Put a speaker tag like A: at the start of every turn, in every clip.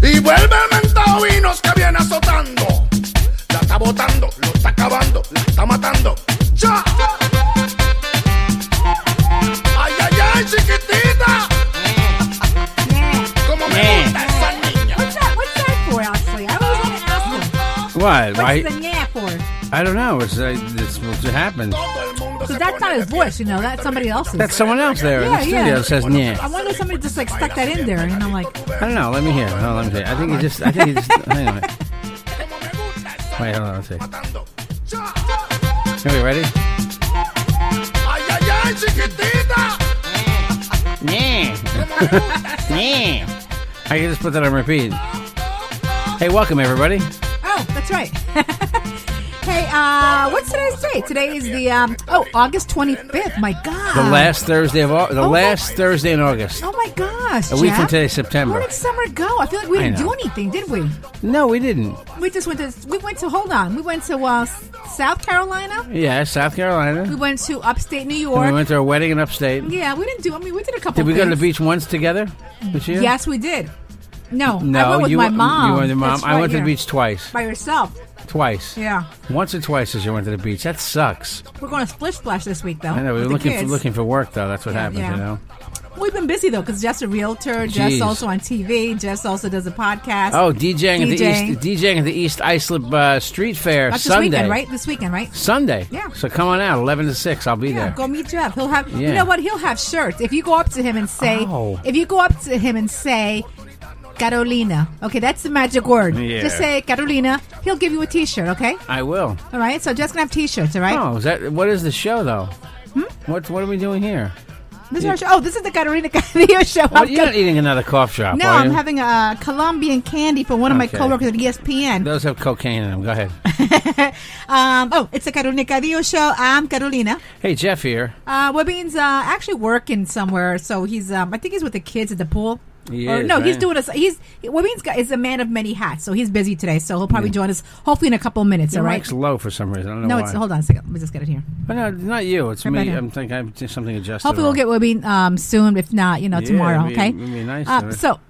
A: Y vuelve el mentado vinos que viene azotando. La está botando, lo está acabando, la está matando. ¡Ya! ¡Ay, ay, ay, chiquitita! ¡Cómo
B: Eh.
A: me gusta esa niña!
C: What's that? What's that for, Ashley? I always want to ask them.
B: What?
C: What's
B: Why?
C: the yeah for?
B: I don't know. It's uh, it's supposed to happen.
A: Todo el mundo
C: Because
A: se
C: that's
A: pone
C: not his
A: de pie.
C: voice, you know. That's somebody else's.
B: That's someone else there in
C: Yeah,
B: the studio
C: yeah.
B: says yeah.
C: I wonder if somebody just like stuck that in there, and I'm like,
B: I don't know. Let me hear. it. Hold on, let me hear. it. I think it just. I think it just. hang on.
A: ¡Cómo me gusta esa
B: Wait, hold on. Let's see.
A: matando! ¡Ya!
B: Are we ready?
A: ¡Ay, ay, ay, chiquitita!
B: Yeah.
A: ¡Cómo me gusta esa
B: Yeah. I can just put that on repeat. Hey, welcome everybody.
C: oh, that's right. hey, uh, what's today's date? Today is the um, oh, August 25th. My God.
B: The last Thursday of Au- the
C: Ah. Oh,
B: last
C: my-
B: Thursday in August.
C: Oh my gosh.
B: A week from
C: Jack.
B: today, September.
C: Where did summer go? I feel like we
B: I
C: didn't do
B: know.
C: anything, did we?
B: No, we didn't.
C: We just went to we went to hold on. We went to uh, S- South Carolina.
B: Yeah, South
C: We
B: Carolina.
C: went to upstate New
B: And
C: York.
B: we went to a wedding in upstate.
C: yeah, we didn't do. I mean, we did a couple.
B: Did we go to the
C: things.
B: beach once together this year?
C: Yes, we did. No, I
B: No,
C: went with
B: you
C: my
B: went-
C: mom.
B: You went to mom.
C: That's
B: I
C: right,
B: went to
C: yeah.
B: the beach twice.
C: by yourself.
B: Twice.
C: Yeah,
B: Once or twice as you went to the beach. That sucks.
C: we're going to splish splash this week though.
B: I know. We
C: with
B: were
C: the
B: looking for,
C: kids.
B: looking for work though. That's what
C: Yeah,
B: happens,
C: yeah.
B: you know.
C: We've been busy though because Jeff's a realtor. Jeff's
B: Jeez.
C: also on TV. Jeff's also does a podcast.
B: Oh, DJing,
C: DJing.
B: at the East DJing at the East Islip uh, Street Fair
C: that's
B: Sunday.
C: this weekend, right? This weekend, right?
B: Sunday.
C: Yeah.
B: So come on out, eleven to six. I'll be
C: Yeah,
B: there.
C: go meet Jeff. He'll have you
B: Yeah. Oh.
C: know what? He'll have shirts. If you go up to him and say
B: Ow.
C: if you go up to him and say Carolina. Okay, that's the magic word.
B: Yeah.
C: Just say Carolina. He'll give you a t shirt, okay?
B: I will.
C: All right. So Jeff's gonna have t shirts, all right?
B: Oh, is that what is the show though?
C: Hmm?
B: What what are we doing here?
C: This is our show. Oh, this is the Catarina Carrillo show.
B: Well,
C: I'm
B: you're not
C: gonna-
B: eating another cough shop.
C: no,
B: are
C: I'm
B: you?
C: having a Colombian candy from one of
B: Okay.
C: my coworkers at E ESPN.
B: Those have cocaine in them. Go ahead.
C: Um, oh, it's the Carolina Carrillo show. I'm Carolina.
B: hey, Jeff here.
C: Uh, Webby's uh, actually working somewhere, so he's um, I think he's with the kids at the pool.
B: He
C: or,
B: is,
C: no, he's
B: right?
C: doing us. He's Webby's got is a man of many hats, so he's busy today. So he'll probably join us hopefully in a couple minutes.
B: Your
C: all right.
B: mic's low for some reason. I don't know
C: No,
B: why.
C: it's hold on a second. Let me just get it here.
B: Oh, no, it's not you. It's
C: How
B: me.
C: about him?
B: I'm thinking I'm just something adjusted.
C: Hopefully, we'll
B: wrong.
C: get Webby um, soon. If not, you know,
B: Yeah,
C: tomorrow.
B: it'd be-
C: okay.
B: it'd be nice,
C: Uh,
B: though.
C: so,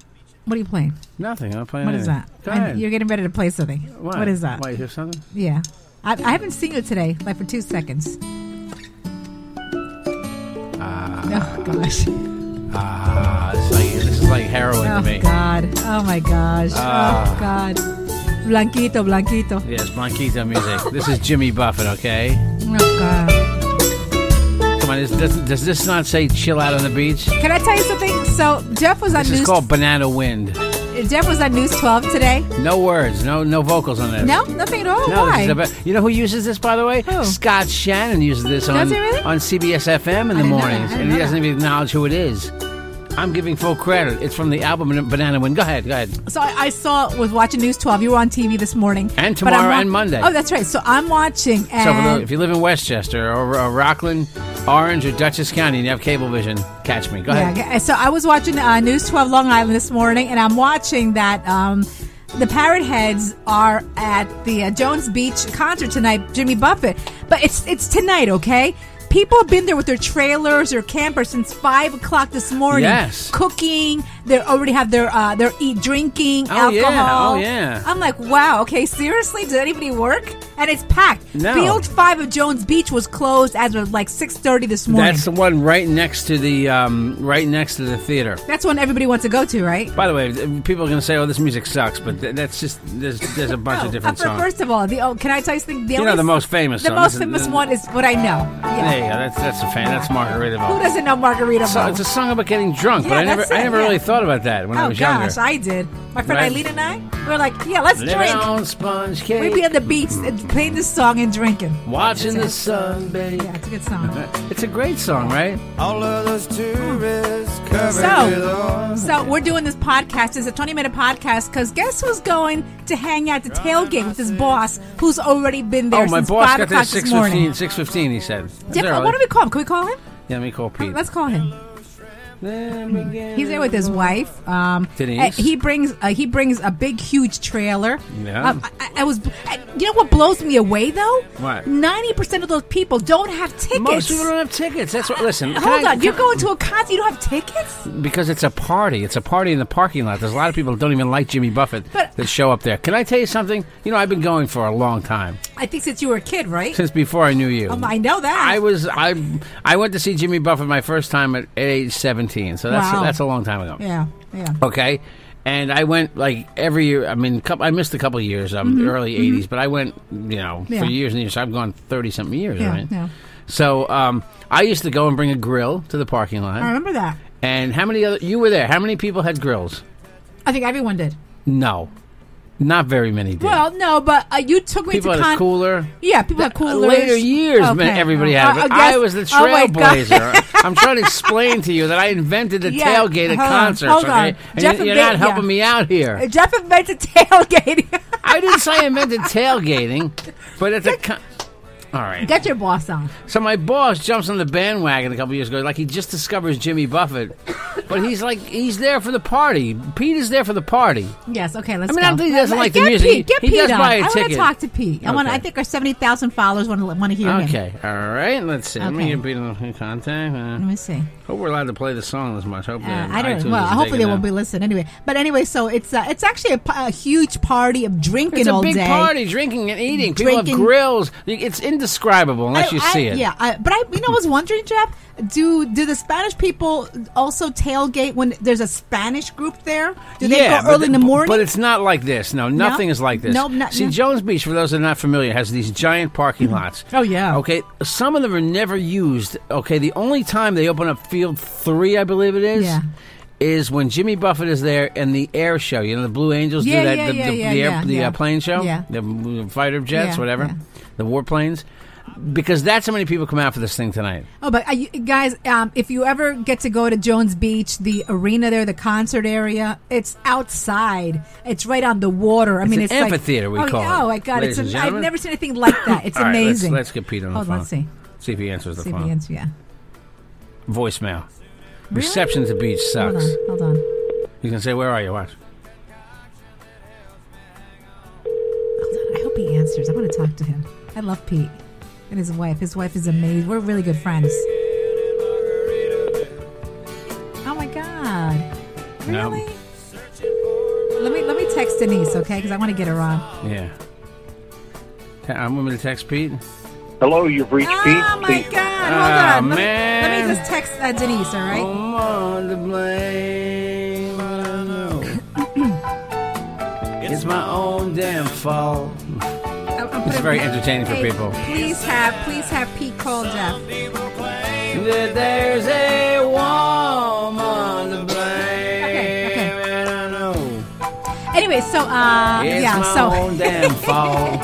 C: what are you playing?
B: nothing. I'm playing.
C: What is
B: anything.
C: that?
B: Go
C: I-
B: ahead.
C: you're getting ready to play something.
B: Why?
C: What is that?
B: Why, you hear something?
C: Yeah. I, I haven't seen you today, like for two seconds. oh gosh.
B: Ah, it's like, this is like heroin
C: Oh
B: to me. Ah.
C: God! Oh my gosh! oh God! Blanquito, blanquito.
B: Yes, Blanquito music. This is Jimmy Buffett, okay?
C: Oh God!
B: Come on, is, does, does this not say chill out on the beach? This
C: Can I tell you something? So Jeff was on
B: is
C: news.
B: called Banana Wind.
C: Jeff was on News 12 today.
B: No words, no no vocals on this.
C: No, nothing at all.
B: No,
C: Why?
B: this is about, you know who uses this, by the way?
C: Who?
B: Scott Shannon uses this on,
C: he really?
B: on CBS FM in the
C: didn't know that. I
B: mornings,
C: didn't
B: and he
C: know
B: doesn't
C: that.
B: even acknowledge who it is. I'm giving full credit. It's from the album Banana Wind. Go ahead, go ahead.
C: so I, I saw was watching News 12. You were on TV this morning
B: And
C: But I'm
B: tomorrow and Monday.
C: Oh, that's right. So I'm watching.
B: So for
C: And
B: the- if you live in Westchester or, or Rockland, Orange, or Dutchess County, and you have Cablevision, catch me. Go ahead.
C: Yeah, okay. so I was watching uh, News 12 Long Island this morning, and I'm watching that um, the Parrot Heads are at the uh, Jones Beach concert tonight, Jimmy Buffett. But it's it's tonight, okay? People have been there with their trailers or campers since five o'clock this morning.
B: Yes.
C: cooking. They already have their uh, their eat drinking
B: Oh, yeah.
C: alcohol.
B: Oh, yeah.
C: I'm like, wow. Okay, seriously, did anybody work? and it's packed.
B: No.
C: Field five of Jones Beach was closed as of like six thirty this morning.
B: That's the one right next to the um, right next to the theater.
C: That's one everybody wants to go to, right?
B: By the way, th- people are going to say, "Oh, this music sucks," but th- that's just there's there's a bunch
C: Oh,
B: of different
C: uh, fir-
B: songs.
C: First of all, the oh, can I tell you something? The
B: You know
C: only
B: the
C: s-
B: most famous
C: The
B: song.
C: most
B: This is-
C: famous one is what I know. Yeah.
B: There you go. That's that's a fan. That's Margaritaville.
C: Who doesn't know Margarita?
B: So
C: Bowl?
B: it's a song about getting drunk,
C: Yeah,
B: but I never
C: that's
B: I
C: it,
B: never
C: yeah.
B: really thought about that when I
C: oh
B: was
C: gosh,
B: younger.
C: I did. My friend
B: Right.
C: Eileen and I, we were like, yeah, let's
B: Living
C: drink.
B: on sponge cake,
C: We'd be on the beach and playing this song and drinking.
B: watching the
C: That's it.
B: sun bake.
C: Yeah, it's a good song.
B: Uh, It's a great song, right? Oh.
D: All of those tourists covered
C: So, so we're doing this podcast. It's a 20 minute podcast because guess who's going to hang out to tailgate with his boss who's already been there
B: oh, my
C: since 5
B: boss got there
C: o'clock
B: at
C: this
B: six
C: morning.
B: fifteen. Six fifteen, he said. That's
C: Dip-
B: early.
C: what do we call him? Can we call him?
B: yeah, let me call Pete.
C: Oh, Let's call him. He's there with his wife. Um,
B: Denise?
C: uh, He brings uh, he brings a big, huge trailer.
B: Yeah.
C: Um, I, I was. I, you know what blows me away though?
B: What?
C: Ninety percent of those people don't have tickets. Uh,
B: Most people don't have tickets. That's what. Listen, can
C: Hold
B: I-
C: on, you're
B: can-
C: going to a concert. You don't have tickets?
B: because it's a party. It's a party in the parking lot. There's a lot of people who don't even like Jimmy Buffett
C: But-
B: that show up there. Can I tell you something? You know, I've been going for a long time
C: I think since you were a kid, right?
B: since before I knew you.
C: Um, I know that.
B: I was I I went to see Jimmy Buffett my first time at, at age 17. So that's
C: Wow.
B: that's a long time ago.
C: Yeah, yeah.
B: Okay. And I went like every year. I mean, coup I missed a couple years, um, the early '80s, but I went, you know,
C: Mm-hmm. Yeah.
B: for years and years. I've gone thirty something years,
C: Yeah,
B: right?
C: yeah.
B: So um, I used to go and bring a grill to the parking lot.
C: I remember that.
B: And how many other? You were there. How many people had grills?
C: I think everyone did.
B: No, not very many did.
C: Well, no, but uh, you took me
B: people
C: to
B: had
C: con-
B: a cooler. uh,
C: Yeah, people had coolers.
B: Later years, man,
C: Okay.
B: everybody
C: Uh,
B: had.
C: uh,
B: But
C: yes.
B: I was the
C: Oh, my God.
B: trailblazer. I'm trying to explain to you that I invented the
C: Yeah,
B: tailgate at
C: hold on,
B: concerts.
C: hold
B: okay,
C: on.
B: And
C: Jeff
B: you- you're
C: and
B: not
C: Ba-
B: helping
C: yeah.
B: me out
C: Uh,
B: here.
C: Jeff invented tailgating.
B: I didn't say I invented tailgating, but at the con- all right.
C: Get your boss on.
B: So my boss jumps on the bandwagon a couple years ago, like he just discovers Jimmy Buffett, but he's like he's there for the party. Pete is there for the party.
C: Yes. Okay. Let's.
B: I mean,
C: go.
B: I don't think he doesn't
C: Let-
B: like the
C: get
B: music.
C: Pete, get
B: He
C: Pete
B: does
C: on.
B: buy a
C: I want to
B: ticket.
C: talk to Pete. I want.
B: Okay.
C: I think our seventy thousand followers want to want to hear him.
B: Okay, all right. Let's see. Let me
C: Okay.
B: get Pete in contact. Uh,
C: Let me see.
B: Hope we're allowed to play the song this much. Hope
C: Uh,
B: that
C: I
B: iTunes
C: don't. Well,
B: is
C: hopefully
B: digging
C: they
B: it.
C: won't be listening anyway. But anyway, so it's uh, it's actually a, p- a huge party of drinking
B: It's a
C: all
B: big
C: day.
B: party, drinking and eating. People have
C: Drinking.
B: grills. It's indescribable unless
C: I-
B: you
C: I-
B: see it.
C: Yeah, I, but I, you know, I was wondering, Jeff, do do the Spanish people also tailgate when there's a Spanish group there? Do they
B: Yeah,
C: go
B: but
C: early in the morning?
B: But it's not like this. No, nothing is like this.
C: No, not-
B: See,
C: no.
B: Jones Beach, for those that are not familiar, has these giant parking lots.
C: Oh, yeah.
B: Okay, some of them are never used. Okay, the only time they open up Field 3, I believe it is.
C: Yeah.
B: Is when Jimmy Buffett is there and the air show. You know, the Blue Angels
C: Yeah,
B: do that,
C: yeah,
B: the,
C: yeah,
B: the,
C: yeah,
B: the, air,
C: yeah,
B: the
C: yeah.
B: Uh, plane show,
C: Yeah.
B: the uh, fighter jets,
C: Yeah,
B: whatever,
C: yeah.
B: the warplanes. Because that's how many people come out for this thing tonight.
C: oh, but uh, you, guys, um, if you ever get to go to Jones Beach, the arena there, the concert area, it's outside. It's right on the water. I mean,
B: an
C: it's like-
B: amphitheater, we
C: oh,
B: call
C: yeah,
B: it,
C: Oh my god, it's
B: ladies and
C: an, I've
B: gentlemen.
C: never seen anything like that. It's
B: All right, let's-
C: amazing.
B: let's, get Pete on the
C: Hold on,
B: phone.
C: let's see.
B: See if he answers the
C: See if
B: phone.
C: he answers. Yeah.
B: Voicemail. Reception at the beach
C: Hold
B: sucks.
C: on. Hold on.
B: He's gonna say, "Where are you?" Watch.
C: Hold on, I hope he answers. I want to talk to him. I love Pete and his wife. His wife is amazing. We're really good friends. Oh my God!
B: No.
C: Really? Let me let me text Denise, okay? Because I want to get her on.
B: Yeah. Te- I'm going to text Pete.
E: Hello, you've reached
F: Ah,
C: Oh my
E: Pete.
C: God! Hold
B: Ah,
C: on. Let me, let
B: man. Oh.
C: me just text uh, Denise. All right.
B: I'm on the blame. I know. it's my own damn fault.
C: I'm- I'm
B: It's
C: putting-
B: very entertaining for
C: Hey,
B: people.
C: Please have please have Pete call Jeff.
B: That there's a woman to blame.
C: Okay, okay.
B: and I know.
C: Anyway, so uh,
B: It's
C: yeah,
B: my
C: so
B: own damn fault.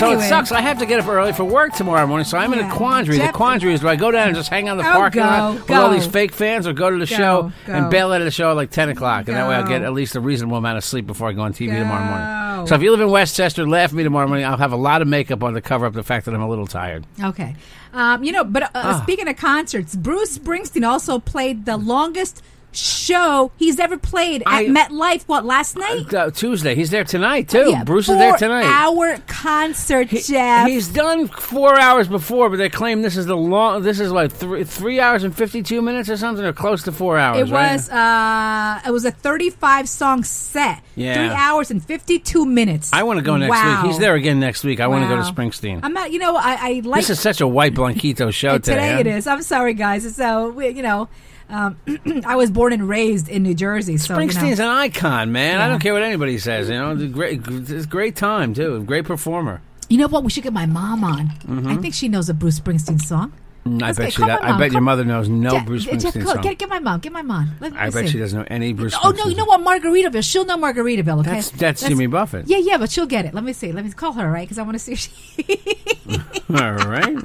B: So
C: anyway.
B: it sucks. I have to get up early for work tomorrow morning, so I'm in
C: Yeah.
B: a quandary.
C: Jeff-
B: the quandary is do I go down and just hang out in the
C: Oh,
B: parking
C: go,
B: lot with all
C: go.
B: these fake fans or go to the show
C: go.
B: and bail out of the show at like 10 o'clock? And that way I'll
C: Go.
B: get at least a reasonable amount of sleep before I go on TV tomorrow
C: Go.
B: morning. So if you live in Westchester, laugh at me tomorrow morning. I'll have a lot of makeup on to cover up the fact that I'm a little tired.
C: Okay. uh,
B: Ah.
C: Um, you know, but uh, speaking of concerts, Bruce Springsteen also played the longest show he's ever played at
B: I-
C: MetLife. What last night?
B: Uh, Tuesday. He's there tonight too.
C: Oh, Yeah,
B: Bruce is there tonight.
C: Our concert,
B: He-
C: Jeff.
B: He's done four hours before, but they claim this is the long. This is like three, three hours and fifty-two minutes or something, or close to four hours.
C: It
B: right?
C: was uh, it was a 35 song set.
B: Yeah.
C: Three hours and 52 minutes.
B: I want to go next
C: Wow.
B: week. He's there again next week. I want to go to
C: Wow.
B: Springsteen.
C: I'm not. You know, I, I like
B: this is such a white Blanquito show
C: today.
B: today. huh?
C: it is. I'm sorry, guys. So we, you know, um, I was born and raised in New Jersey. So you know.
B: Springsteen's an icon, man. I
C: Yeah.
B: don't care what anybody says. You know, it's a great, it's a great time too. Great performer.
C: You know what? We should get my mom on.
B: Mm-hmm.
C: I think she knows a Bruce Springsteen song.
B: Mm, I
C: Let's
B: bet
C: get-
B: you
C: come
B: that.
C: on,
B: I
C: Mom,
B: bet your
C: come-
B: mother knows no
C: Jeff-
B: Bruce
C: Jeff,
B: Springsteen
C: go-
B: song.
C: Get, get my mom. Get my mom. Let,
B: I
C: let
B: bet
C: see.
B: she doesn't know any Bruce.
C: Oh
B: Springsteen
C: no! You know
B: song.
C: what? Margaritaville. She'll know Margaritaville. Okay,
B: That's- that's Jimmy Buffett.
C: Yeah, yeah, but she'll get it. Let me see. Let me call her, right? Because I want to see if she.
B: All right.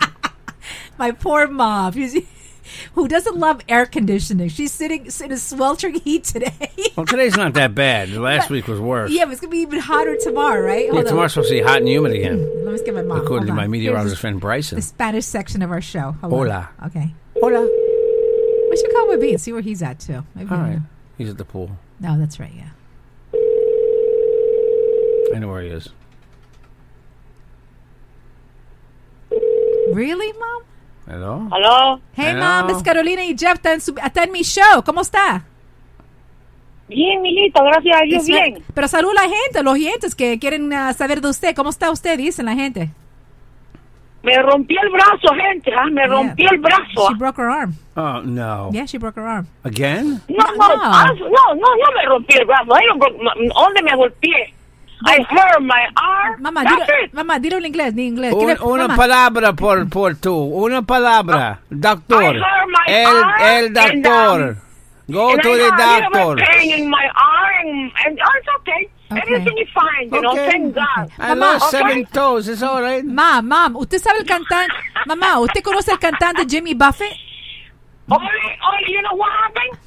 C: my poor mom, who's- who doesn't love air conditioning. She's sitting in a sweltering heat today.
B: Well, today's not that bad. Last week was worse.
C: yeah, but it's gonna be even hotter tomorrow, right?
B: Yeah,
C: Hold
B: tomorrow's supposed to be hot and humid again,
C: on. Let me get my mom.
B: according
C: Hold
B: to
C: on.
B: my meteorologist
C: Here's
B: friend
C: The
B: Bryson.
C: Spanish section of our show. Hold on.
B: Hola.
C: Okay.
B: Hola.
C: We should call Webby and see where he's at too. Maybe
B: All right. He's at the pool.
C: No, that's right. Yeah.
B: I know where he is.
C: Really, mom?
B: Hello?
E: Aló,
C: Hey,
B: Hello.
C: mom. It's Carolina y Jeff. Está en, su- está en mi show. ¿Cómo está?
E: bien, mijito, gracias a Dios,
C: It's
E: bien.
C: right. Pero salud la gente, los oyentes que quieren ah, saber de usted. ¿Cómo está usted? Dicen la gente.
E: Me rompí el brazo, gente, ah, me rompí el brazo. ¿ah?
C: She broke her arm.
B: Oh, no.
C: Yeah, she broke her arm.
B: Again?
E: No, no,
C: No.
E: ah, no, no, no me rompí el brazo. I don't broke, my- ¿Dónde me golpeé? I hurt my arm.
C: Mamá,
E: That's
C: dilo,
E: it.
C: mamá, dilo en inglés, ni en inglés.
B: Un-
C: Dile-
B: una
C: mamá.
B: palabra por, por tú. Una palabra. Doctor.
E: I hurt my
B: El,
E: arm
B: el doctor.
E: and,
B: Go
E: And
B: to
E: I
B: the
E: got a little
B: doctor.
E: bit pain in my arm, and oh, it's okay.
C: Okay.
E: Everything is fine, you know,
B: Okay.
E: thank God.
B: I
C: Mamá.
B: lost
E: Okay.
B: seven toes. It's all right.
C: Mamá, mamá, ¿usted sabe el cantante? Mamá, ¿usted conoce el cantante Jimmy Buffett?
E: Only, only, you know what happened?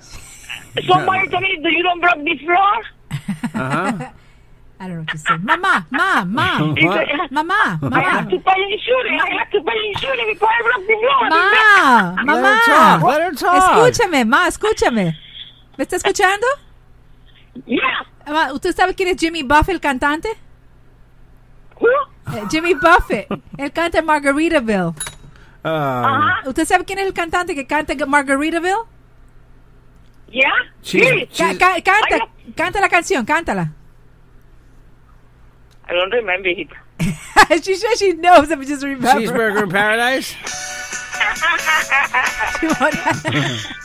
B: What?
E: Somebody told me, do you don't break this floor?
C: I don't know what you say. Mamá, mamá, mamá,
E: He
B: What?
E: said,
C: mamá,
E: I have to
C: mamá,
E: pay insurance. I have to pay insurance before I break this floor.
C: mamá,
B: Let her talk.
C: mamá.
B: Let her talk.
C: Escúchame, mamá, escúchame. ¿Me está escuchando?
E: Yeah.
C: Mamá, ¿usted sabe quién es Jimmy Buffett, el cantante?
E: Who?
C: Eh, Jimmy Buffett, el canta en Margaritaville.
B: Uh,
C: ¿Usted sabe quién es el cantante que canta en Margaritaville?
E: Yeah?
B: she's-
E: Sí.
C: Ca-
B: she's-
C: ca- canta,
E: Ay,
C: canta la canción, cántala.
E: I don't remember it.
C: she says she knows. I just remember.
B: cheeseburger in paradise?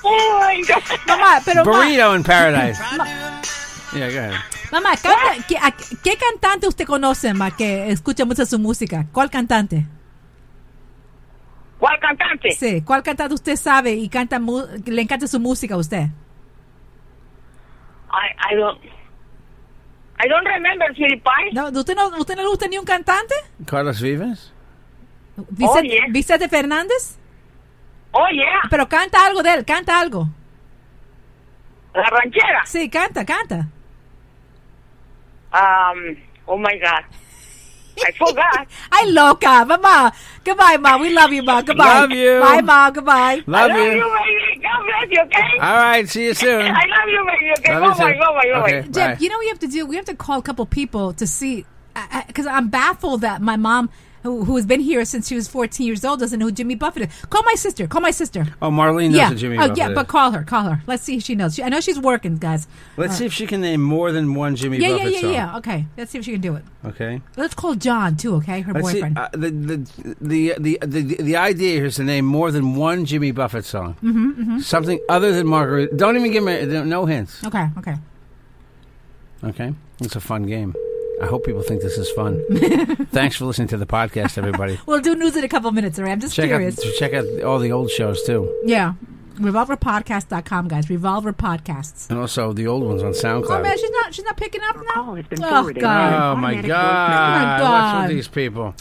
E: Oh my God.
C: mamá, pero ma-
B: Burrito in paradise. yeah, go ahead.
C: mamá, canta, ¿qué, a- qué cantante usted conoce, ma, que escucha mucho su música? ¿Cuál cantante?
E: ¿Cuál cantante?
C: Sí, ¿cuál cantante usted sabe y canta mu- le encanta su música a usted?
E: I, I don't. I don't remember Sweetie Pie.
C: No, ¿usted, no, ¿Usted no le gusta ni un cantante?
B: Carlos Vivas?
C: Vicente,
E: Oye.
C: Vicente Fernández.
E: Oh, yeah.
C: Pero canta algo de él, canta algo.
E: La ranchera.
C: Sí, canta, canta.
E: Um, oh, my God. I forgot.
C: Ay, loca, mamá. Goodbye, mom. We love you, mom. Goodbye.
B: Love you.
C: Bye, mom. Goodbye.
E: I
B: Love
E: love you,
B: you.
E: baby. God bless you, okay?
B: All right, see you soon.
E: I love you, baby, okay?
B: Love you
E: Go away,
B: too.
E: go away, go
B: Okay.
E: away.
C: Jim,
B: Bye.
C: you know what we have to do? We have to call a couple people to see, because I'm baffled that my mom, who, who has been here since she was 14 years old, doesn't know who Jimmy Buffett is. Call my sister. Call my sister.
B: Oh, Marlene knows
C: yeah.
B: what Jimmy
C: oh,
B: Buffett
C: yeah,
B: is.
C: but call her. Call her. Let's see if she knows. She, I know she's working, guys.
B: Let's see if she can name more than one Jimmy
C: Yeah, yeah,
B: Buffett
C: yeah,
B: song.
C: yeah. Okay. Let's see if she can do it.
B: Okay.
C: Let's call John, too, okay? Her
B: Let's see.
C: boyfriend.
B: Uh, the, the, the, the, the, the idea here is to name more than one Jimmy Buffett song. Mm-hmm, Something other than Margaret. Don't even give me don't- no hints.
C: okay, okay.
B: Okay. It's a fun game. I hope people think this is fun. Thanks for listening to the podcast, everybody.
C: We'll do news in a couple minutes, all right? I'm just
B: Check out,
C: curious.
B: check out all the old shows, too.
C: yeah. RevolverPodcast.com, guys. Revolver Podcasts.
B: And also the old ones on SoundCloud.
C: Oh, man, she's not, she's not picking up now? Oh,
F: forwarded.
C: God.
B: Oh my god!
C: voicemail. Oh, my
B: What's
C: God.
B: with these people?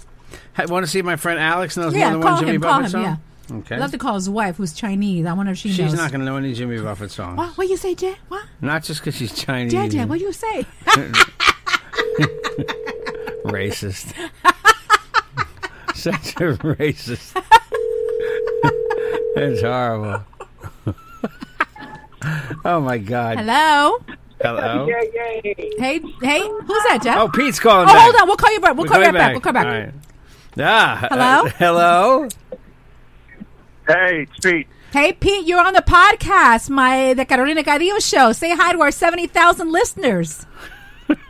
B: Hey, want to see my friend Alex knows
C: Yeah,
B: more than one
C: call
B: Jimmy
C: him, call
B: Buffett
C: him,
B: song. Okay,
C: I'd love to call his wife, who's Chinese. I wonder if she
B: she's
C: knows.
B: not going to know any Jimmy Buffett songs.
C: What? What you say, Jay? What?
B: Not just because she's Chinese,
C: Jay, Jay, what you say?
B: racist. Such a racist. it's horrible. Oh my God.
C: Hello.
B: Hello.
E: Yay, yay.
C: Hey, hey, who's that, Jeff?
B: Oh, Pete's calling.
C: Oh,
B: back.
C: hold on. We'll call you back. We'll
B: We're
C: call you right
B: going
C: back. We'll call back.
B: All right. Ah.
C: Hello?
B: uh, hello.
G: Hey, it's Pete.
C: Hey, Pete, you're on the podcast, my the Carolina Cadillo show. Say hi to our seventy thousand listeners.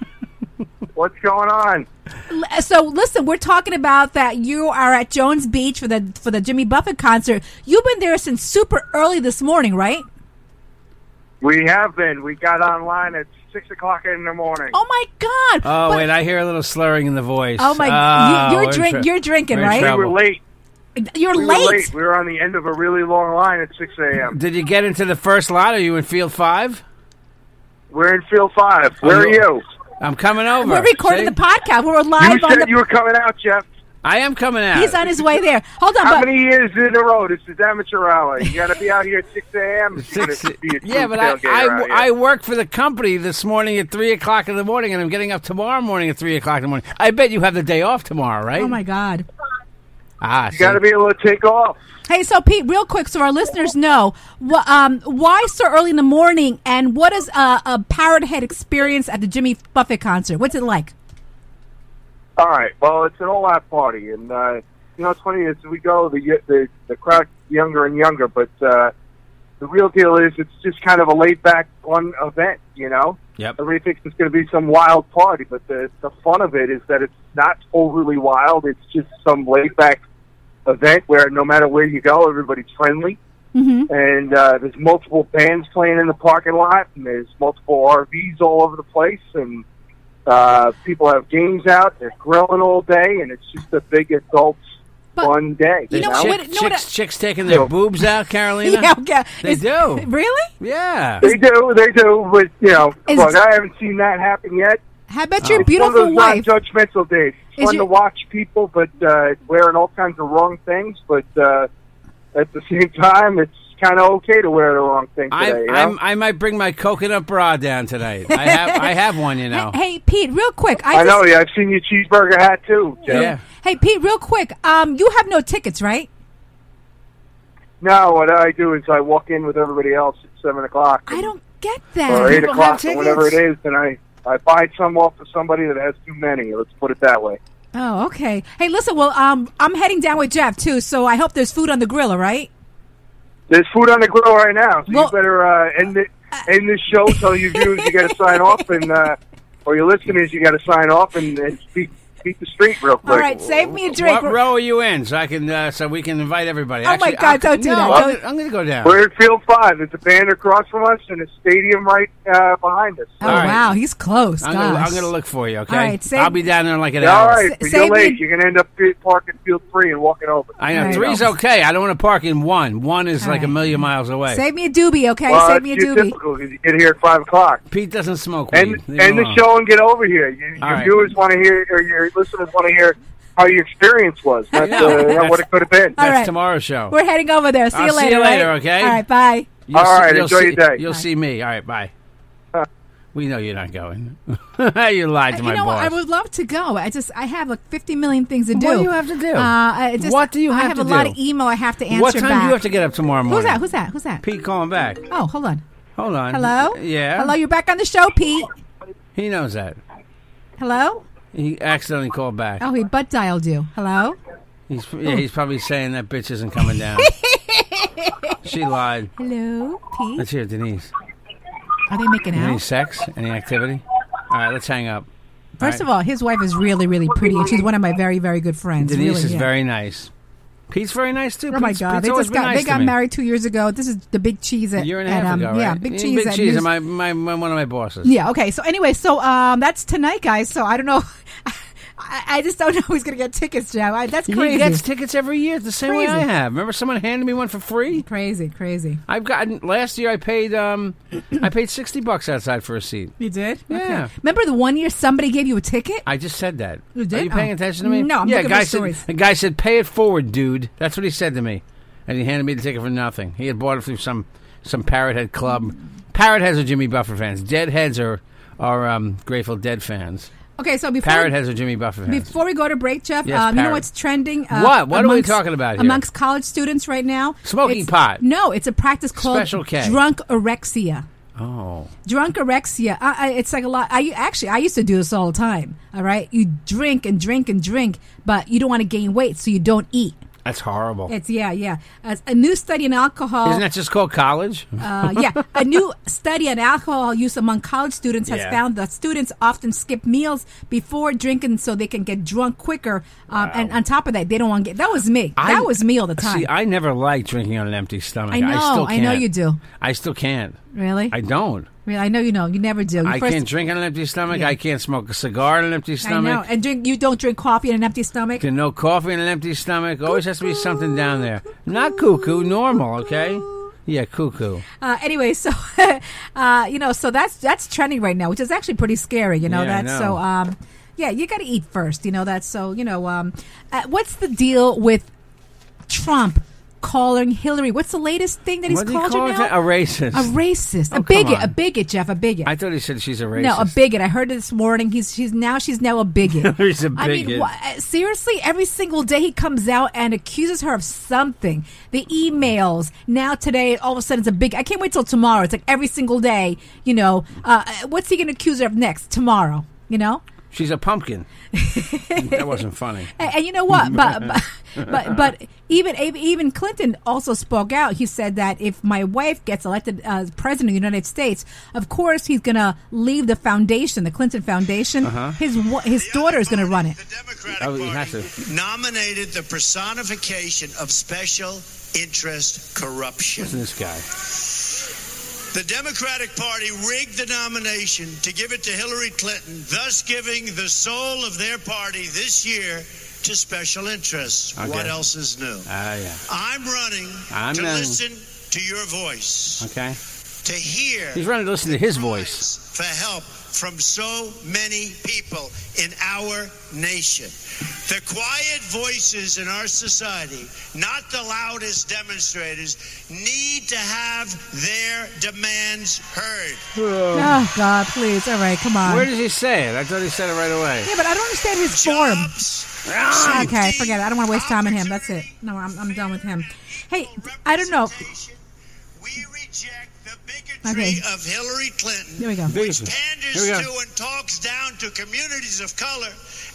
G: What's going on?
C: L- So, listen, we're talking about that. You are at Jones Beach for the for the Jimmy Buffett concert. You've been there since super early this morning, right?
G: We have been. We got online at six o'clock in the morning.
C: Oh my God!
B: Oh
C: But-
B: wait, I hear a little slurring in the voice.
C: Oh, my-
B: Ah,
C: you- you're
B: we're in
C: drink- you're drinking,
B: we're in
C: right?
G: we were
B: trouble.
G: late.
C: you're
G: We
C: late.
G: were late. We were on the end of a really long line at six a.m.
B: Did you get into the first lot? Are you in field five?
G: We're in field five. Where are
B: you-
G: you?
B: I'm coming over.
C: We're recording
B: See?
C: the podcast. We're
G: You
C: live on
G: said
C: the.
G: you were coming out, Jeff.
B: I am coming out.
C: he's on his way there. Hold on,
G: How
C: but
G: many years in a row? This is amateur hour. You got to be out here at six a.m. if you're
B: Six-
G: gonna be a true
B: yeah, but I,
G: tailgater out here.
B: I, I work for the company this morning at 3 o'clock in the morning, and I'm getting up tomorrow morning at 3 o'clock in the morning. I bet you have the day off tomorrow, right?
C: oh my God!
B: Ah,
G: you got to be able to take off.
C: Hey, so Pete, real quick, so our listeners know, wh- um, why so early in the morning, and what is a, a Parrot Head experience at the Jimmy Buffett concert? What's it like?
G: All right. Well, it's an all-out party, and uh, you know, it's funny as we go, the y- the the crowd younger and younger. But uh, the real deal is, it's just kind of a laid-back one event. You know,
B: Yep.
G: everybody thinks it's going to be some wild party, but the the fun of it is that it's not overly wild. It's just some laid-back event where no matter where you go, everybody's friendly.
C: Mm-hmm.
G: And uh, there's multiple bands playing in the parking lot, and there's multiple RVs all over the place, and uh, people have games out. They're grilling all day, and it's just a big adult
C: But-
G: fun day.
C: you know
B: Chicks,
C: what- no, what-
B: chicks, chicks taking their boobs out, Carolina?
C: Yeah, okay.
B: They do.
C: Really?
B: Yeah.
G: They do, they do, but you know,
C: Is-
G: look, I haven't seen that happen yet.
C: I
B: Oh.
C: bet your
G: It's one
C: beautiful
G: of those
C: wife.
G: non-judgmental days. It's
C: Is
G: fun
C: your-
G: to watch people, but uh, wearing all kinds of wrong things. But uh, at the same time, it's kind of okay to wear the wrong thing today.
B: I,
G: you know?
B: I'm, I might bring my coconut bra down tonight. I have, I have one, you know.
C: Hey, hey, Pete, real quick. I,
G: I know.
C: just-
G: Yeah, I've seen your cheeseburger hat too. Jeff.
B: Yeah.
C: Hey, Pete, real quick. Um, you have no tickets, right?
G: Now what I do is I walk in with everybody else at seven o'clock.
C: I
G: and-
C: don't get that.
G: or eight
B: People have
G: o'clock or whatever it
B: tickets.
G: is, then I I buy some off of somebody that has too many. Let's put it that way.
C: Oh, okay. Hey, listen. Well, um, I'm heading down with Jeff too, so I hope there's food on the grill. All right.
G: There's food on the grill right now, so
C: Well-
G: you better uh, end it. End this show, tell your viewers you got to sign off, and uh, or your listeners you got to sign off and, and beat, beat the street real quick.
C: All right. Save me a drink.
B: What row are you in so I can uh, so we can invite everybody?
C: Oh, my
B: Actually,
C: God,
B: I'll-
C: don't do
B: no,
C: that.
B: I'm
C: Don't-
B: gonna- I'm going to go down.
G: We're at Field Five. There's a band across from us and a stadium right uh, behind us.
C: Oh
B: All right.
C: wow, he's close.
B: I'm gonna, I'm
C: Gosh.
B: gonna look for you. Okay.
C: All right, save-
B: I'll be down there in like an
G: All
B: hour.
G: right,
C: S-
G: but
C: save
G: you're late.
C: me-
G: You're gonna end up parking Field Three and walking over.
B: I know
C: All right.
B: three's okay. I don't want to park in one. One is
C: All
B: like a
C: right.
B: million miles away.
C: Save me a doobie, okay?
G: well,
C: Save me a
G: it's too
C: doobie.
G: typical 'cause you get here at five o'clock.
B: Pete doesn't smoke weed.
G: and
B: Leave him
G: and the
B: alone.
G: show and get over here. You, your
B: All right.
G: viewers want to hear, or your listeners want to hear how your experience was, not
B: Yeah.
G: uh, not what it could have been.
C: All
B: That's
C: right.
B: tomorrow's show.
C: We're heading over there. See
B: I'll
C: you
B: see
C: later.
B: you later,
C: right?
B: okay?
C: All right, bye.
B: You'll
G: All
B: see-
G: right,
B: you'll
G: enjoy
B: see-
G: your day.
B: You'll see me. All right. Bye. We know you're not going. you lied to
C: Uh, You
B: my
C: know what?
B: boss.
C: I would love to go. I just I have like 50 million things to do.
B: What do you have to do?
C: Uh, I just,
B: What do you
C: I
B: have
C: have
B: to
C: a lot
B: do?
C: of email I have to answer
B: what time
C: back.
B: do you have to get up tomorrow morning?
C: Who's that? Who's that? Who's that?
B: Pete calling back.
C: Oh, hold on.
B: Hold on.
C: Hello?
B: Yeah.
C: Hello, you're back on the show, Pete.
B: He knows that.
C: Hello?
B: He accidentally called back.
C: Oh, he butt dialed you. Hello?
B: He's yeah, he's probably saying that bitch isn't coming down. she lied.
C: Hello, Pete.
B: Let's hear Denise.
C: Are they making
B: Any
C: out?
B: sex? Any activity? All right, let's hang up.
C: First of all, his wife is really, really pretty, and she's one of my very, very good friends.
B: Denise
C: really,
B: is
C: yeah.
B: very nice. Pete's very nice too.
C: Oh my
B: Pete's-
C: god!
B: Pete's
C: they
B: always
C: just
B: been
C: got
B: nice
C: they
B: to
C: got
B: me.
C: married two years ago. This is the big cheese. At,
B: A year and a
C: at,
B: half
C: um,
B: ago, right?
C: Yeah, big cheese.
B: Big
C: at
B: cheese.
C: News-
B: My, my, my one of my bosses.
C: yeah. Okay. So anyway, so um, that's tonight, guys. So I don't know. I, I just don't know who's gonna get tickets, Jeff. I, that's crazy.
B: He gets tickets every year the same way I
C: Crazy.
B: have. Remember, someone handed me one for free.
C: crazy, crazy.
B: I've gotten last year. I paid um, I paid sixty bucks outside for a seat.
C: You did?
B: Yeah.
C: Okay. Remember the one year somebody gave you a ticket?
B: I just said that.
C: You did?
B: Are you paying
C: Oh.
B: attention to me?
C: No, I'm
B: yeah.
C: looking
B: guy
C: for
B: said,
C: stories.
B: the guy said, "Pay it forward, dude." That's what he said to me, and he handed me the ticket for nothing. He had bought it through some some parrot head club. Parrot heads are Jimmy Buffer fans. Deadheads are are um, Grateful Dead fans.
C: Okay, so before
B: Parrot has a Jimmy Buffett fan.
C: Before we go to break, Jeff,
B: Yes,
C: um, you know
B: parrot.
C: what's trending?
B: What? What are we talking about here?
C: Amongst college students right now?
B: Smoking
C: It's-
B: pot.
C: No, it's a practice called
B: Special K.
C: drunk orexia.
B: oh.
C: Drunk orexia. I, I, it's like a lot. I actually I used to do this all the time. All right, you drink and drink and drink, but you don't want to gain weight, so you don't eat.
B: That's horrible.
C: It's yeah, yeah. As a new study in alcohol.
B: Isn't that just called college?
C: Uh, yeah, a new study on alcohol use among college students has
B: Yeah.
C: found that students often skip meals before drinking so they can get drunk quicker. Um, And on top of that, they don't want to get. That was me. that was me all the time.
B: See, I never liked drinking on an empty stomach.
C: I know,
B: still
C: I
B: can't.
C: know you do.
B: I still can't.
C: really?
B: I don't.
C: really? I know you know. You never do. You
B: I can can't drink on an empty stomach. I can't smoke a cigar on an empty
C: I know.
B: stomach.
C: And drink. You don't drink coffee in an empty stomach.
B: Can no coffee in an empty stomach. Always has to be something down there. Not cuckoo, normal, okay? Yeah, cuckoo.
C: Uh, anyway, so uh, you know, so that's that's trending right now, which is actually pretty scary. You know
B: Yeah, I
C: that.
B: know.
C: So um, yeah, you got to eat first. You know that. So you know, um, uh, what's the deal with Trump calling Hillary? What's the latest thing that he's
B: What do you
C: called
B: call
C: her
B: it?
C: now?
B: A racist.
C: A racist.
B: Oh,
C: a
B: come
C: bigot.
B: on.
C: A bigot, Jeff. A bigot.
B: I thought he said she's a racist.
C: no, a bigot. I heard it this morning. He's she's now she's now a bigot.
B: He's a
C: I mean,
B: bigot.
C: wha- uh, seriously, every single day he comes out and accuses her of something. The emails now today, all of a sudden, it's a big. I can't wait till tomorrow. It's like every single day. You know, uh, uh, what's he going to accuse her of next tomorrow? You know,
B: She's a pumpkin. that wasn't funny.
C: and, and you know what? But but but, but even even Clinton also spoke out. He said that if my wife gets elected as president of the United States, of course he's going to leave the foundation, the Clinton Foundation.
B: Uh-huh.
C: His wa- his daughter is going to run it.
B: Oh, you have to.
H: nominated the personification of special interest corruption.
B: Listen to this guy.
H: The Democratic Party rigged the nomination to give it to Hillary Clinton, thus giving the soul of their party this year to special interests.
B: Okay.
H: What else is new?
B: Ah, yeah.
H: I'm running
B: I'm
H: to
B: running.
H: listen to your voice,
B: Okay.
H: to hear
B: He's running to listen to his voice.
H: for help from so many people in our nation. The quiet voices in our society, not the loudest demonstrators, need to have their demands heard.
C: Oh God, please! All right, come on.
B: Where does he say it? I thought he said it right away.
C: yeah, but I don't understand his form. Okay, forget it. I don't want to waste time on him. That's it. No, I'm, I'm done with him. Hey, I don't know. Okay,
H: Of Hillary Clinton,
C: There we go.
H: which
C: Bigotry.
H: panders
C: Here we go.
H: to and talks down to communities of color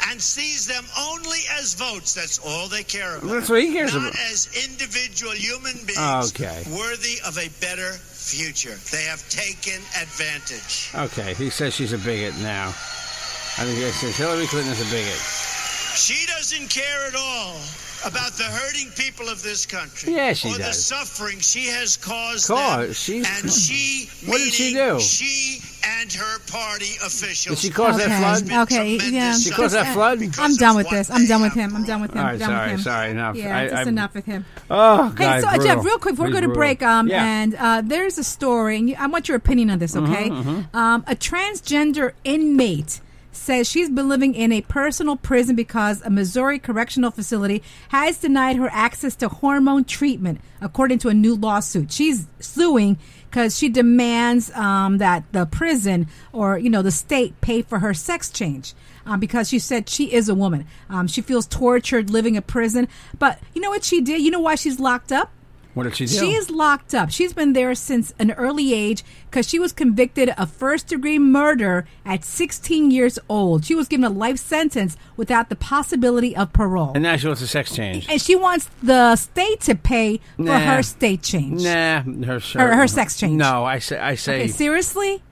H: and sees them only as votes. That's all they care about.
B: That's what he cares
H: Not
B: about.
H: as individual human beings
B: Okay.
H: worthy of a better future. They have taken advantage.
B: Okay, he says she's a bigot now. I think he says Hillary Clinton is a bigot.
H: She doesn't care at all about the hurting people of this country.
B: Yeah, she
H: or the
B: does.
H: suffering she has caused.
B: Cause-
H: them,
B: she's-
H: and she.
B: What did she
H: meaning
B: do?
H: She and her party
B: Did
H: officials.
B: she cause that flood?
C: Okay, yeah.
B: She caused that flood?
C: I'm done with this. I'm done with him. I'm done with him.
B: All
C: I'm
B: right,
C: done
B: sorry,
C: with him.
B: sorry, enough.
C: Yeah,
B: I-
C: just
B: I'm-
C: enough with him.
B: Oh, God.
C: Hey, so uh,
B: brutal.
C: Jeff, real quick, before we
B: He's
C: go to
B: brutal.
C: break, um,
B: Yeah.
C: and uh, there's a story, and you, I want your opinion on this, okay?
B: Mhm,
C: Um, a transgender inmate says she's been living in a personal prison because a Missouri correctional facility has denied her access to hormone treatment, according to a new lawsuit. She's suing because she demands um, that the prison or you know the state pay for her sex change um, because she said she is a woman. Um, she feels tortured living in prison, but you know what she did? You know why she's locked up?
B: What did she do?
C: She is locked up. She's been there since an early age because she was convicted of first degree murder at 16 years old. She was given a life sentence without the possibility of parole.
B: And now she wants a sex change.
C: And she wants the state to pay for
B: Nah.
C: her state change.
B: Nah, her,
C: Her- her sex change.
B: No, I say, I say,
C: Okay, seriously?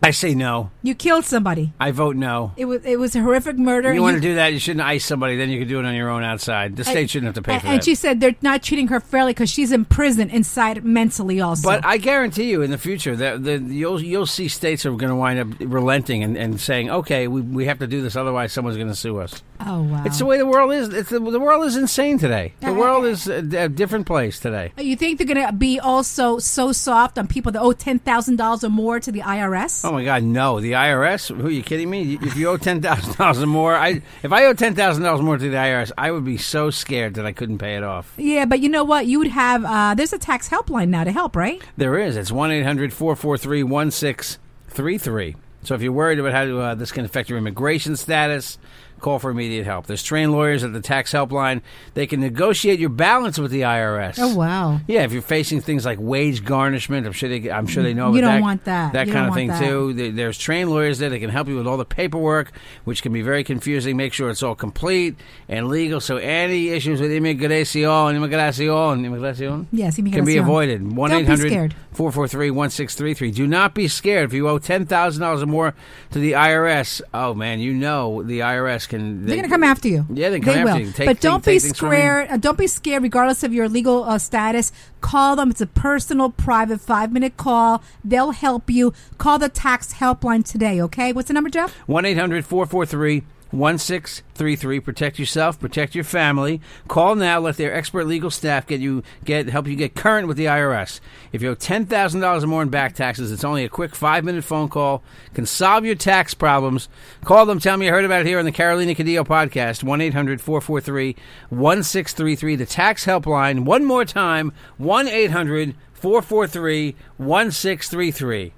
B: I say no.
C: You killed somebody.
B: I vote no.
C: It was it was a horrific murder.
B: You want to do that? You shouldn't ice somebody. Then you can do it on your own outside. The state shouldn't have to pay
C: and,
B: for
C: and
B: that.
C: she said they're not treating her fairly because she's in prison inside mentally also.
B: But I guarantee you, in the future, that the, you'll you'll see states are going to wind up relenting and, and saying, "Okay, we, we have to do this, otherwise someone's going to sue us."
C: oh wow.
B: It's the way the world is. It's the, the world is insane today. The
C: Uh,
B: world is a, a different place today.
C: You think they're going to be also so soft on people that owe ten thousand dollars or more to the IRS?
B: Oh my God, no! The IRS? Who are you kidding me? If you owe ten thousand dollars more, I if I owe ten thousand dollars more to the IRS, I would be so scared that I couldn't pay it off.
C: Yeah, but you know what? You would have uh, there's a tax helpline now to help, right?
B: There is. It's 1 800 443 1633. So if you're worried about how uh, this can affect your immigration status, call for immediate help. There's trained lawyers at the tax helpline. They can negotiate your balance with the IRS.
C: Oh wow.
B: Yeah, if you're facing things like wage garnishment, I'm sure they, I'm sure they know.
C: You
B: about
C: don't
B: that,
C: want that. You
B: kind
C: don't
B: of
C: want
B: thing
C: that.
B: too. There- There's trained lawyers there. They can help you with all the paperwork, which can be very confusing. Make sure it's all complete and legal. So any issues with immigration, immigration, immigration,
C: Yes,
B: can be
C: immigration.
B: avoided. One
C: Don't be scared.
B: 800 443 1633. Do not be scared. If you owe $10,000 or more to the IRS, oh man, you know the IRS can.
C: They're gonna come after you.
B: Yeah, they can come
C: will.
B: after you. Take
C: but
B: thing-
C: don't
B: take
C: be
B: things from you.
C: scared. Uh, don't be scared, regardless of your legal uh, status. Call them. It's a personal, private, five minute call. They'll help you. Call the tax helpline today. Okay. What's the number, Jeff?
B: 1 800 443 1633 protect yourself protect your family call now let their expert legal staff get you get help you get current with the irs if you owe $10000 or more in back taxes it's only a quick five minute phone call can solve your tax problems call them tell me you heard about it here on the carolina cadillo podcast 1-800-443-1633 the tax helpline one more time 1-800-443-1633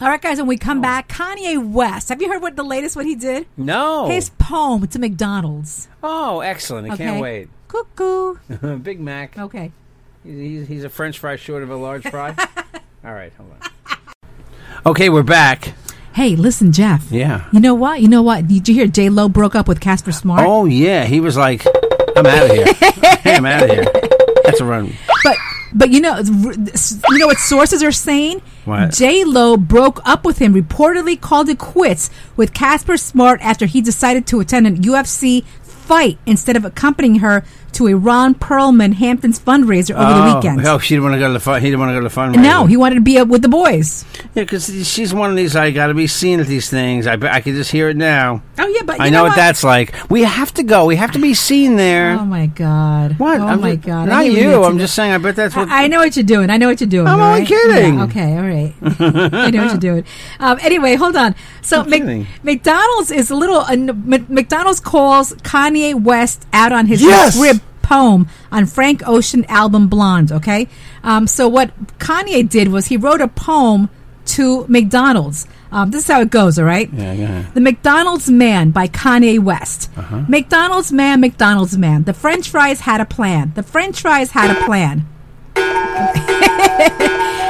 C: All right, guys. When we come back, Kanye West. Have you heard what the latest what he did?
B: no
C: His poem to McDonald's.
B: oh excellent i
C: Okay.
B: can't wait
C: Cuckoo.
B: Big Mac.
C: Okay.
B: He's, he's a French fry short of a large fry. All right, hold on. Okay, we're back.
C: Hey, listen, Jeff.
B: Yeah.
C: You know what? You know what? Did you hear J Lo broke up with Casper Smart?
B: Oh yeah, he was like, "I'm out of here. hey, I'm out of here." That's a run.
C: But but you know you know what sources are saying?
B: What?
C: J Lo broke up with him, reportedly called it quits with Casper Smart after he decided to attend an UFC fight instead of accompanying her to a Ron Perlman Hamptons fundraiser over the
B: oh,
C: weekend.
B: Oh, she didn't want to go to the fun. He didn't want to go to the fun.
C: No, he wanted to be up with the boys.
B: Yeah, because she's one of these. I got to be seen at these things. I I can just hear it now.
C: Oh yeah, but you
B: I know, what that's like. We have to go. We have to be seen there.
C: Oh my god! What? Oh
B: I'm
C: my
B: just-
C: god! I
B: Not
C: hate when
B: you.
C: that's-
B: I'm just saying. I bet that's what.
C: I, I know what you're doing. I know what you're doing.
B: I'm only
C: right?
B: kidding.
C: Yeah, okay, all right. I know what you're doing. Um, anyway, hold on. So
B: I'm
C: Mc-
B: kidding.
C: McDonald's is a little. Uh, M- McDonald's calls Kanye West out on his
B: Yes!
C: rib poem on Frank Ocean album Blonde. Okay, um, so what Kanye did was he wrote a poem to McDonald's. Um, this is how it goes. All right.
B: Yeah, go ahead. Uh-huh.
C: The McDonald's Man by Kanye West. McDonald's Man, McDonald's Man. The French fries had a plan. The French fries had a plan.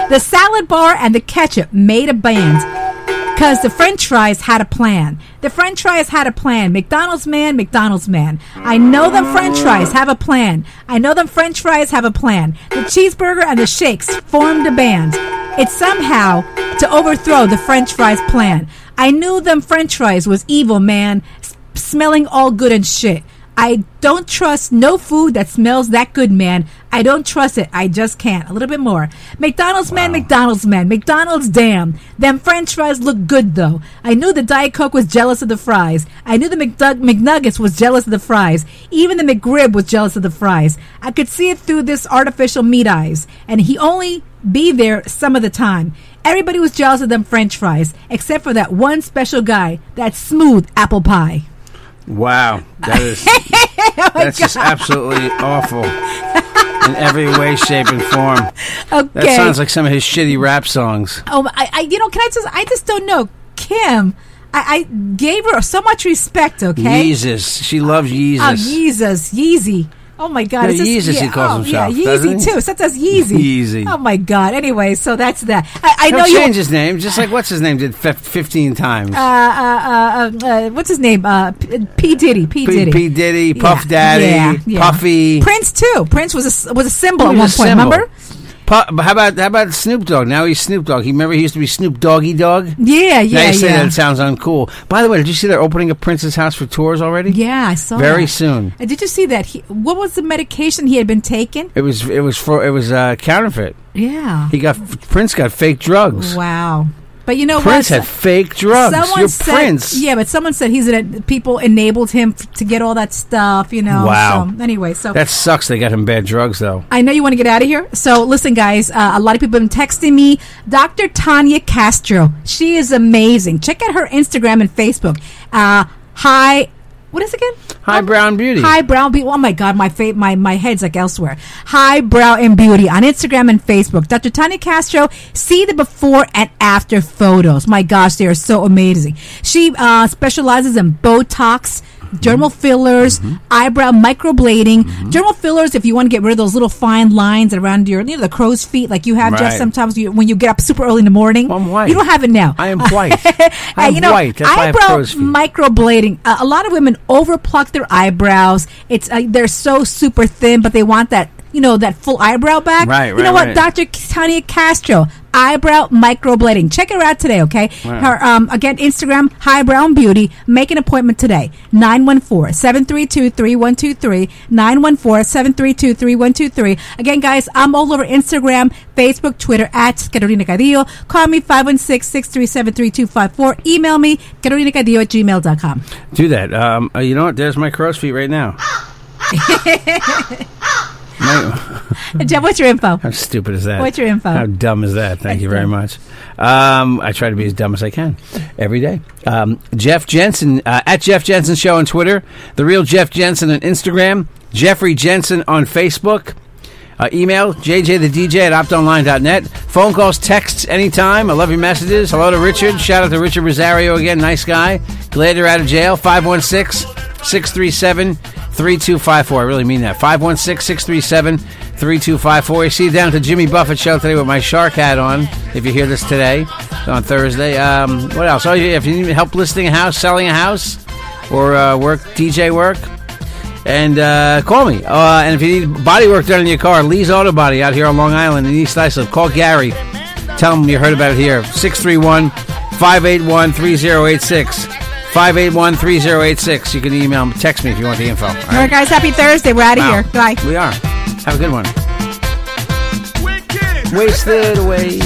C: the salad bar and the ketchup made a band. Cause the French fries had a plan. The French fries had a plan. McDonald's man, McDonald's man. I know them French fries have a plan. I know them French fries have a plan. The cheeseburger and the shakes formed a band. It's somehow to overthrow the French fries plan. I knew them French fries was evil, man. S- smelling all good and shit. I don't trust no food that smells that good, man. I don't trust it. I just can't. A little bit more. McDonald's man, McDonald's man, McDonald's damn. Them French fries look good though. I knew the Diet Coke was jealous of the fries. I knew the McDug- McNuggets was jealous of the fries. Even the McRib was jealous of the fries. I could see it through this artificial meat eyes, and he only be there some of the time. Everybody was jealous of them French fries, except for that one special guy, that smooth apple pie.
B: Wow, that is
C: Oh
B: that's just absolutely awful in every way, shape, and form.
C: Okay.
B: That sounds like some of his shitty rap songs.
C: Oh, I, I, you know, can I just, I just don't know. Kim, I, I gave her so much respect, okay?
B: Yeezus, she loves Yeezus.
C: Oh, Jesus, Yeezy. Oh my God!
B: No,
C: is this-
B: Yeezus he calls
C: oh,
B: himself,
C: Yeah,
B: doesn't
C: Yeezy
B: he?
C: too. Sometimes Yeezy.
B: Yeezy.
C: Oh my God! Anyway, so that's that. I, I
B: He'll
C: know you.
B: change his name, just like what's his name did fif- fifteen times.
C: uh, uh, uh, uh, what's his name? Uh, P, P Diddy. P
B: P-
C: Diddy.
B: P. Diddy, Puff
C: Yeah,
B: Daddy,
C: yeah, yeah.
B: Puffy.
C: Prince too. Prince was a s- was a symbol
B: He
C: at one
B: was
C: point.
B: a symbol.
C: Remember?
B: Pu- but how about how about Snoop Dogg? Now he's Snoop Dogg. He remember he used to be Snoop Doggy Dog.
C: Yeah,
B: now
C: yeah,
B: you say
C: yeah.
B: that it sounds uncool. By the way, did you see they're opening up Prince's house for tours already?
C: Yeah, I saw.
B: Very
C: that.
B: soon.
C: Uh, Did you see that? He, what was the medication he had been taking?
B: It was it was for it was uh, counterfeit.
C: Yeah.
B: He got Prince got fake drugs.
C: Wow. But you know
B: Prince
C: what?
B: had fake drugs.
C: Someone
B: You're
C: said,
B: Prince.
C: Yeah, but someone said he's an, people enabled him f- to get all that stuff. You know.
B: Wow.
C: So, anyway, so
B: That sucks. They got him bad drugs though.
C: I know you want to get out of here. So listen, guys, uh, a lot of people have been texting me. Dr. Tanya Castro, she is amazing. Check out her Instagram and Facebook. Uh, hi, What is it again?
B: High Brown Beauty.
C: High Brown Beauty. Oh my God, my fa- my my head's like elsewhere. High Brow and Beauty on Instagram and Facebook. Dr. Tanya Castro. See the before and after photos. My gosh, they are so amazing. She uh, specializes in Botox. Dermal fillers,
B: Mm-hmm.
C: eyebrow microblading, dermal fillers. If you want to get rid of those little fine lines around your, you know, the crow's feet, like you have
B: Right.
C: just sometimes you, when you get up super early in the morning. I'm white. You don't have it now.
B: I am white.
C: Uh,
B: I'm
C: you know,
B: white. That's why I have
C: eyebrow
B: crow's feet.
C: microblading. Uh, a lot of women overpluck their eyebrows. It's uh, they're so super thin, but they want that you know that full eyebrow back.
B: Right,
C: You know
B: right,
C: what,
B: right.
C: Dr. Tanya Castro, eyebrow microblading. Check her out today, okay?
B: Wow.
C: Her um, again Instagram High Brown Beauty. Make an appointment today. 914-732-3123. 914-732-3123. Again, guys, I'm all over Instagram, Facebook, Twitter at Carolina Cadillo. Call me 516-637-3254. Email me carolinacadillo at gmail.com.
B: Do that. Um, uh, you know what? There's my crow's feet right now. My-
C: Jeff, what's your info?
B: how stupid is that?
C: What's your info?
B: How dumb is that? Thank you very much. Um, I try to be as dumb as I can every day. Um, Jeff Jensen uh, at Jeff Jensen Show on Twitter, the real Jeff Jensen on Instagram, Jeffrey Jensen on Facebook. Uh, email jjthedj at optonline.net. Phone calls, texts anytime. I love your messages. Hello to Richard. Shout out to Richard Rosario again. Nice guy. Glad you're out of jail. 516 637 3254. I really mean that. 516 637 3254. You see, down to Jimmy Buffett show today with my shark hat on. If you hear this today on Thursday. Um, what else? Oh, yeah, if you need help listing a house, selling a house, or uh, work, DJ work. And uh, call me. Uh, and if you need body work done in your car, Lee's Auto Body out here on Long Island in East Islip. Call Gary. Tell him you heard about it here. 631 581 3086. 581 3086. You can email him, text me if you want the info. All
C: All right, guys, happy Thursday. We're out of
B: Wow.
C: here. Bye.
B: We are. Have a good one. Wasted away.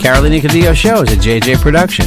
B: Carolina Cadillo Show is a JJ production.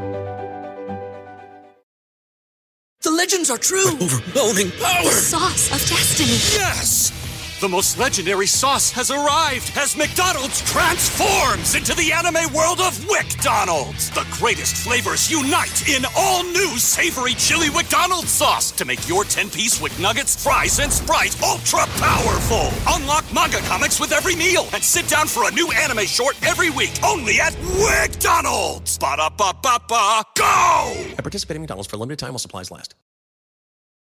F: The legends are true.
I: Overwhelming power!
F: The sauce of destiny.
I: Yes! The most legendary sauce has arrived as McDonald's transforms into the anime world of WickDonald's. The greatest flavors unite in all new savory chili McDonald's sauce to make your 10-piece Wick Nuggets, fries, and Sprite ultra-powerful. Unlock manga comics with every meal and sit down for a new anime short every week only at WickDonald's. Ba-da-ba-ba-ba, go!
J: At participating McDonald's for a limited time while supplies last.